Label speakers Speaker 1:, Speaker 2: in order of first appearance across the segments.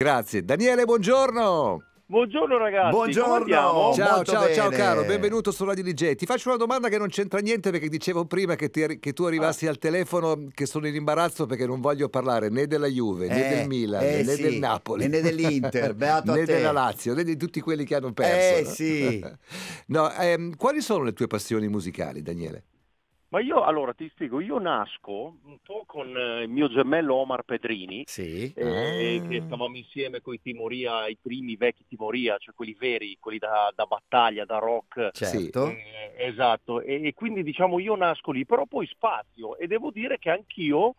Speaker 1: Grazie. Daniele, buongiorno.
Speaker 2: Buongiorno ragazzi,
Speaker 3: Buongiorno.
Speaker 2: come andiamo?
Speaker 3: Ciao.
Speaker 1: ciao,
Speaker 3: Oh, molto
Speaker 1: ciao, ciao
Speaker 3: bene.
Speaker 1: caro, benvenuto su Radio Ligeti. Ti faccio una domanda che non c'entra niente perché dicevo prima che, ti arri- che tu
Speaker 3: Ah.
Speaker 1: arrivassi al telefono che sono in imbarazzo perché non voglio parlare né della Juve, né
Speaker 3: Eh,
Speaker 1: del Milan,
Speaker 3: eh
Speaker 1: né
Speaker 3: sì,
Speaker 1: del Napoli,
Speaker 3: né dell'Inter, beato a
Speaker 1: né
Speaker 3: te.
Speaker 1: della Lazio, né di tutti quelli che hanno perso.
Speaker 3: Eh,
Speaker 1: no?
Speaker 3: sì.
Speaker 1: No, ehm, quali sono le tue passioni musicali, Daniele?
Speaker 2: Ma io allora ti spiego, io nasco un po' con eh, il mio gemello Omar Pedrini,
Speaker 3: Sì.
Speaker 2: eh,
Speaker 1: Ah.
Speaker 2: che stavamo insieme con i Timoria, i primi vecchi Timoria, cioè quelli veri, quelli da, da battaglia, da rock.
Speaker 3: Certo.
Speaker 2: Eh, esatto, e, e quindi diciamo io nasco lì, però poi spazio e devo dire che anch'io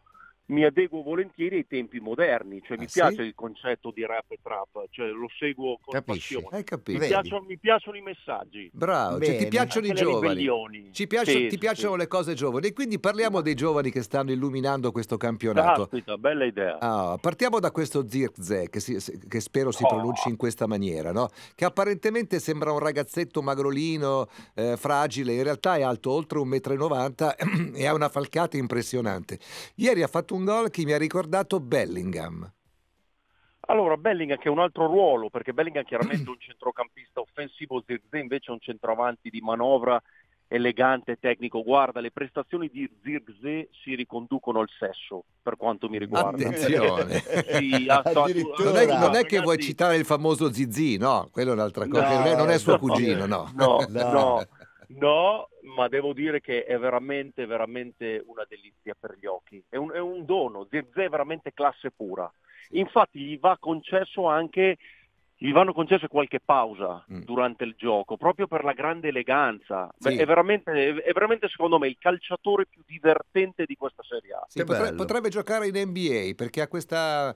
Speaker 2: mi adeguo volentieri ai tempi moderni, cioè
Speaker 1: Ah,
Speaker 2: mi
Speaker 1: sì?
Speaker 2: piace il concetto di rap e trap, cioè lo seguo con
Speaker 3: Capisci?
Speaker 2: passione.
Speaker 1: Hai capito?
Speaker 2: Mi
Speaker 3: Vedi.
Speaker 2: piacciono, mi piacciono i messaggi.
Speaker 1: Bravo, cioè, ti
Speaker 3: Bene.
Speaker 1: piacciono i
Speaker 2: Anche le
Speaker 1: giovani.
Speaker 2: ribellioni.
Speaker 1: Ci piaccio-
Speaker 2: Sì,
Speaker 1: ti
Speaker 2: sì,
Speaker 1: piacciono
Speaker 2: sì.
Speaker 1: le cose giovani, quindi parliamo dei giovani che stanno illuminando questo campionato.
Speaker 2: Caspita, bella idea.
Speaker 1: Ah, partiamo da questo Zirkzee che, si- che spero si
Speaker 2: Oh.
Speaker 1: pronunci in questa maniera, no? che apparentemente sembra un ragazzetto magrolino, eh, fragile, in realtà è alto oltre 1,90 m e ha una falcata impressionante. Ieri ha fatto un gol che mi ha ricordato Bellingham.
Speaker 2: Allora, Bellingham che è un altro ruolo, perché Bellingham chiaramente è un centrocampista offensivo, Zirze invece è un centravanti di manovra elegante e tecnico. Guarda, le prestazioni di Zirze si riconducono al sesso, per quanto mi riguarda.
Speaker 1: Attenzione.
Speaker 2: Sì, assolutamente.
Speaker 3: Addirittura.
Speaker 1: Non è, non è che
Speaker 2: Ragazzi,
Speaker 1: vuoi citare il famoso Zizi, no, quello è un'altra cosa,
Speaker 2: No, eh,
Speaker 1: non, è, non è suo
Speaker 2: no.
Speaker 1: cugino, no.
Speaker 2: No,
Speaker 3: No.
Speaker 2: no. No, ma devo dire che è veramente, veramente una delizia per gli occhi. È un, è un dono, Zirze è veramente classe pura. Infatti gli va concesso anche, gli vanno concesse qualche pausa
Speaker 1: Mm.
Speaker 2: durante il gioco, proprio per la grande eleganza.
Speaker 1: Sì.
Speaker 2: Beh, è, veramente, è veramente, secondo me, il calciatore più divertente di questa Serie A.
Speaker 1: Sì,
Speaker 3: Che
Speaker 1: potre-
Speaker 3: bello.
Speaker 1: potrebbe giocare in NBA perché ha questa,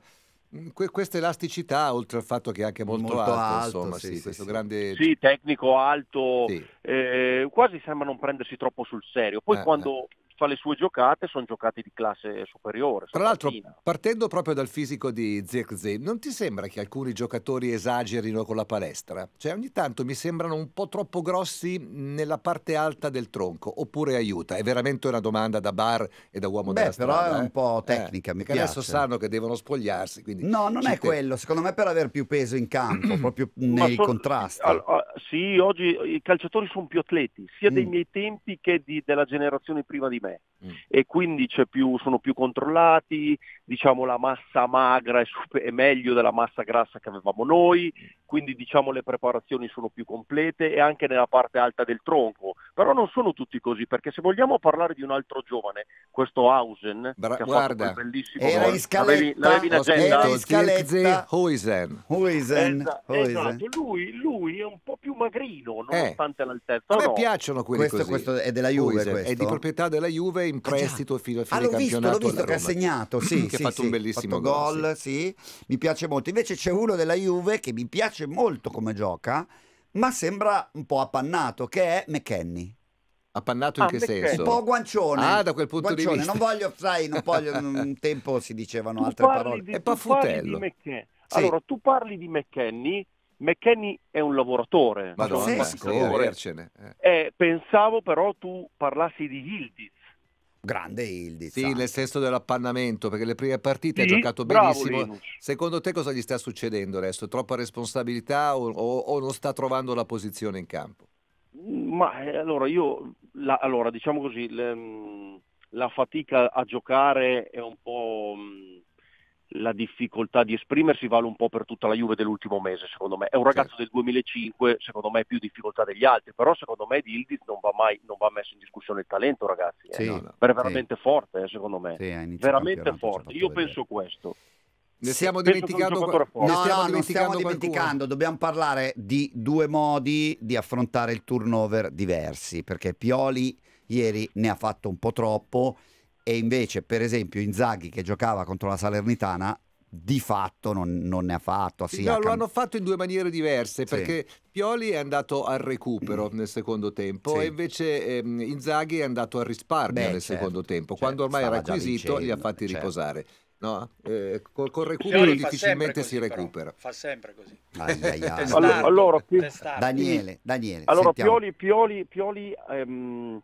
Speaker 1: mh, que- questa elasticità, oltre al fatto che è anche molto,
Speaker 3: Molto alto,
Speaker 1: insomma,
Speaker 3: sì,
Speaker 1: sì,
Speaker 3: sì,
Speaker 1: questo
Speaker 3: sì.
Speaker 1: grande...
Speaker 2: Sì, tecnico, alto,
Speaker 1: Sì.
Speaker 2: eh, quasi sembra non prendersi troppo sul serio. Poi
Speaker 1: Eh,
Speaker 2: quando fa le sue giocate sono giocate di classe superiore.
Speaker 1: Tra l'altro,
Speaker 2: stamattina.
Speaker 1: partendo proprio dal fisico di Zirkzee, non ti sembra che alcuni giocatori esagerino con la palestra? Cioè, ogni tanto mi sembrano un po' troppo grossi nella parte alta del tronco, oppure aiuta? È veramente una domanda da bar e da uomo
Speaker 3: Beh,
Speaker 1: della strada.
Speaker 3: però è
Speaker 1: eh?
Speaker 3: un po' tecnica,
Speaker 1: Eh,
Speaker 3: mi
Speaker 1: perché adesso
Speaker 3: piace.
Speaker 1: sanno che devono spogliarsi,
Speaker 2: Mm.
Speaker 1: quindi...
Speaker 3: No, non
Speaker 1: Ci
Speaker 3: è
Speaker 1: te-
Speaker 3: quello. Secondo me per aver più peso in campo, proprio
Speaker 2: Ma
Speaker 3: nei
Speaker 2: sono-
Speaker 3: contrasti.
Speaker 2: Allora, sì, oggi i calciatori sono più atleti, sia dei
Speaker 3: Mm.
Speaker 2: miei tempi che di- della generazione prima di me.
Speaker 1: Mm.
Speaker 2: E quindi c'è più- sono più controllati, diciamo la massa magra è, super- è meglio della massa grassa che avevamo noi, quindi diciamo le preparazioni sono più complete e anche nella parte alta del tronco. Però non sono tutti così, perché se vogliamo parlare di un altro giovane, questo Hausen,
Speaker 1: Bra-
Speaker 2: che ha
Speaker 1: guarda,
Speaker 2: fatto quel bellissimo
Speaker 3: era
Speaker 2: gol,
Speaker 3: in scaletta,
Speaker 2: l'avevi- l'avevi in
Speaker 3: ho
Speaker 1: Ho
Speaker 2: agenda?
Speaker 3: Era
Speaker 1: scritto
Speaker 3: in scaletta.
Speaker 1: Zirkzee Huijsen.
Speaker 3: Huijsen,
Speaker 2: Esa-
Speaker 3: Huijsen.
Speaker 2: esatto, lui, lui è un po' più magrino nonostante l'altezza.
Speaker 1: Eh. A me
Speaker 2: no?
Speaker 1: piacciono quelli
Speaker 3: Questo,
Speaker 1: così.
Speaker 3: questo è della Juve,
Speaker 1: Huijsen,
Speaker 3: questo?
Speaker 1: È di proprietà della Juve in
Speaker 3: Ah, già.
Speaker 1: prestito fino a
Speaker 3: Ah,
Speaker 1: fine
Speaker 3: l'ho visto,
Speaker 1: campionato
Speaker 3: l'ho visto
Speaker 1: alla
Speaker 3: che ha
Speaker 1: Roma.
Speaker 3: segnato, sì,
Speaker 1: Che ha
Speaker 3: sì,
Speaker 1: fatto un
Speaker 3: sì,
Speaker 1: bellissimo
Speaker 3: fatto
Speaker 1: gol,
Speaker 3: gol, sì. Mi piace molto. Invece c'è uno della Juve che mi piace molto come gioca, ma sembra un po' appannato, che è McKenny.
Speaker 1: Appannato
Speaker 2: Ah,
Speaker 1: in che
Speaker 2: perché?
Speaker 1: senso?
Speaker 3: Un po' guancione.
Speaker 1: Certo. Ah, da quel punto di
Speaker 3: Guancione,
Speaker 1: vista.
Speaker 3: Non voglio, sai, non voglio, un tempo si dicevano
Speaker 2: Tu
Speaker 3: altre
Speaker 2: parli
Speaker 3: parole.
Speaker 2: di-
Speaker 1: È
Speaker 2: tu parli
Speaker 1: Paffutello.
Speaker 2: di McKen-
Speaker 3: Sì.
Speaker 2: Allora, tu parli di McKenny, McKenny è un lavoratore.
Speaker 1: Ma
Speaker 3: Madonna,
Speaker 2: cioè, un
Speaker 3: pazzesco.
Speaker 1: sì,
Speaker 2: lavoratore.
Speaker 1: avercene, eh.
Speaker 2: Eh, pensavo però tu parlassi di Hildiz.
Speaker 3: Grande Ildiz.
Speaker 1: Sì, esatto.
Speaker 3: ah.
Speaker 1: nel senso dell'appannamento, perché le prime partite
Speaker 2: Sì,
Speaker 1: ha giocato
Speaker 2: bravo,
Speaker 1: benissimo.
Speaker 2: Linus.
Speaker 1: Secondo te cosa gli sta succedendo adesso? Troppa responsabilità o, o- o non sta trovando la posizione in campo?
Speaker 2: Ma eh, allora io, la- allora diciamo così, le- mh, la fatica a giocare è un po' mh, la difficoltà di esprimersi vale un po' per tutta la Juve dell'ultimo mese, secondo me. È un ragazzo
Speaker 3: Certo.
Speaker 2: del 2005, secondo me, ha più difficoltà degli altri, però secondo me di Ildiz non va mai, non va messo in discussione il talento, ragazzi. eh.
Speaker 3: Sì,
Speaker 1: no, no.
Speaker 2: Però è
Speaker 3: sì,
Speaker 2: veramente forte, eh, secondo me.
Speaker 3: sì, ha iniziato il
Speaker 2: Veramente
Speaker 3: campionato, ci ha
Speaker 2: forte.
Speaker 3: fatto
Speaker 2: Io
Speaker 3: vedere.
Speaker 2: penso questo.
Speaker 1: Ne
Speaker 3: Sì,
Speaker 1: stiamo
Speaker 2: penso che è un
Speaker 1: dimenticando,
Speaker 2: giocatore
Speaker 1: qua- ne
Speaker 2: forte.
Speaker 3: No,
Speaker 1: stiamo
Speaker 3: no, non stiamo
Speaker 1: qualcuno?
Speaker 3: dimenticando, dobbiamo parlare di due modi di affrontare il turnover diversi, perché Pioli ieri ne ha fatto un po' troppo e invece, per esempio, Inzaghi che giocava contro la Salernitana, di fatto non, non ne ha fatto.
Speaker 1: Sì,
Speaker 3: sì,
Speaker 1: no,
Speaker 3: ha
Speaker 1: lo
Speaker 3: cam-
Speaker 1: hanno fatto in due maniere diverse
Speaker 3: Sì. Mm.
Speaker 1: perché Pioli è andato al recupero nel secondo tempo
Speaker 3: Sì.
Speaker 1: e invece ehm, Inzaghi è andato al risparmio
Speaker 3: Beh,
Speaker 1: nel
Speaker 3: certo,
Speaker 1: secondo tempo.
Speaker 3: certo,
Speaker 1: Quando ormai era
Speaker 3: stava già
Speaker 1: acquisito li ha
Speaker 3: vincendo,
Speaker 1: fatti
Speaker 3: certo.
Speaker 1: riposare. No? Eh, col, col recupero
Speaker 4: Pioli fa sempre
Speaker 1: difficilmente
Speaker 4: così,
Speaker 1: si recupera.
Speaker 4: Però. Fa sempre così.
Speaker 3: Ai, ai, ai.
Speaker 4: Testardo,
Speaker 2: Allora- allora, Pi-
Speaker 4: testardo.
Speaker 1: Eh,
Speaker 3: Daniele, Daniele,
Speaker 2: Allora,
Speaker 3: sentiamo.
Speaker 2: Pioli, Pioli, Pioli ehm,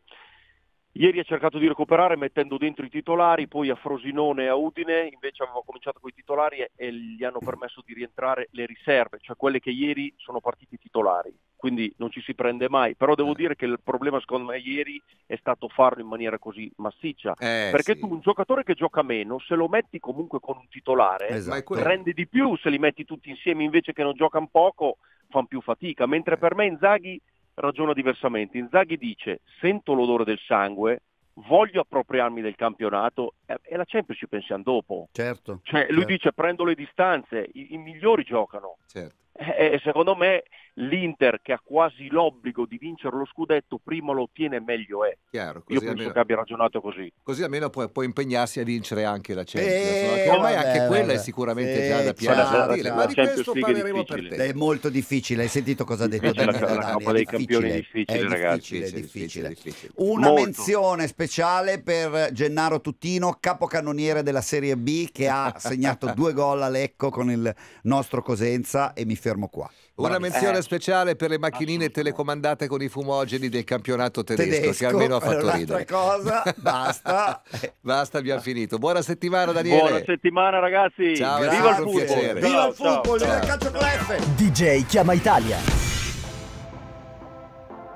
Speaker 2: Ieri ha cercato di recuperare mettendo dentro i titolari, poi a Frosinone e a Udine invece aveva cominciato con i titolari e gli hanno permesso di rientrare le riserve, cioè quelle che ieri sono partiti titolari, quindi non ci si prende mai. Però devo dire che il problema secondo me ieri è stato farlo in maniera così massiccia,
Speaker 1: Eh,
Speaker 2: perché
Speaker 1: sì.
Speaker 2: tu un giocatore che gioca meno, se lo metti comunque con un titolare,
Speaker 3: Esatto.
Speaker 1: Ma è quello-
Speaker 2: rende di più se li metti tutti insieme invece che non giocano poco fanno più fatica mentre per me Inzaghi ragiona diversamente Inzaghi dice sento l'odore del sangue voglio appropriarmi del campionato e e la Champions ci pensiamo dopo
Speaker 3: Certo.
Speaker 2: cioè, lui
Speaker 3: Certo.
Speaker 2: dice prendo le distanze i, i migliori giocano
Speaker 1: Certo.
Speaker 2: e e secondo me l'Inter che ha quasi l'obbligo di vincere lo scudetto prima lo ottiene meglio è
Speaker 1: Chiaro,
Speaker 2: io
Speaker 1: così
Speaker 2: penso
Speaker 1: almeno,
Speaker 2: che abbia ragionato così
Speaker 1: così almeno può, può impegnarsi a vincere anche la Champions.
Speaker 3: Eh,
Speaker 1: no? Che ormai
Speaker 3: vabbè,
Speaker 1: anche quella è
Speaker 3: vabbè.
Speaker 1: sicuramente
Speaker 3: Sì,
Speaker 1: già da
Speaker 3: certo,
Speaker 1: piangere. Ma di
Speaker 2: certo.
Speaker 1: questo
Speaker 2: Champions League è
Speaker 1: parleremo per
Speaker 2: difficile.
Speaker 1: te.
Speaker 3: È molto difficile, hai sentito cosa ha detto
Speaker 2: Invece la-
Speaker 3: Dani
Speaker 2: la
Speaker 3: Catania?
Speaker 2: Coppa dei Campioni è difficile,
Speaker 3: è
Speaker 2: ragazzi.
Speaker 3: difficile, è difficile.
Speaker 1: difficile.
Speaker 3: Una
Speaker 2: Molto.
Speaker 3: menzione speciale per Gennaro Tuttino, capocannoniere della Serie B, che ha segnato due gol a Lecco con il nostro Cosenza e mi fermo qua.
Speaker 1: Una
Speaker 3: Bravissimo.
Speaker 1: menzione
Speaker 2: Eh,
Speaker 1: speciale per le macchinine
Speaker 2: assolutamente.
Speaker 1: telecomandate con i fumogeni del campionato tedesco,
Speaker 3: tedesco,
Speaker 1: che almeno ha fatto
Speaker 3: un'altra
Speaker 1: ridere.
Speaker 3: cosa, basta.
Speaker 1: Basta, abbiamo finito. Buona settimana Daniele.
Speaker 2: buona settimana ragazzi
Speaker 1: Ciao,
Speaker 2: viva
Speaker 1: grazie,
Speaker 2: il
Speaker 1: un
Speaker 2: football
Speaker 1: piacere.
Speaker 3: Viva
Speaker 2: Ciao,
Speaker 3: il
Speaker 2: ciao,
Speaker 3: football,
Speaker 2: ciao.
Speaker 3: viva il calcio classe!
Speaker 4: DJ Chiama Italia.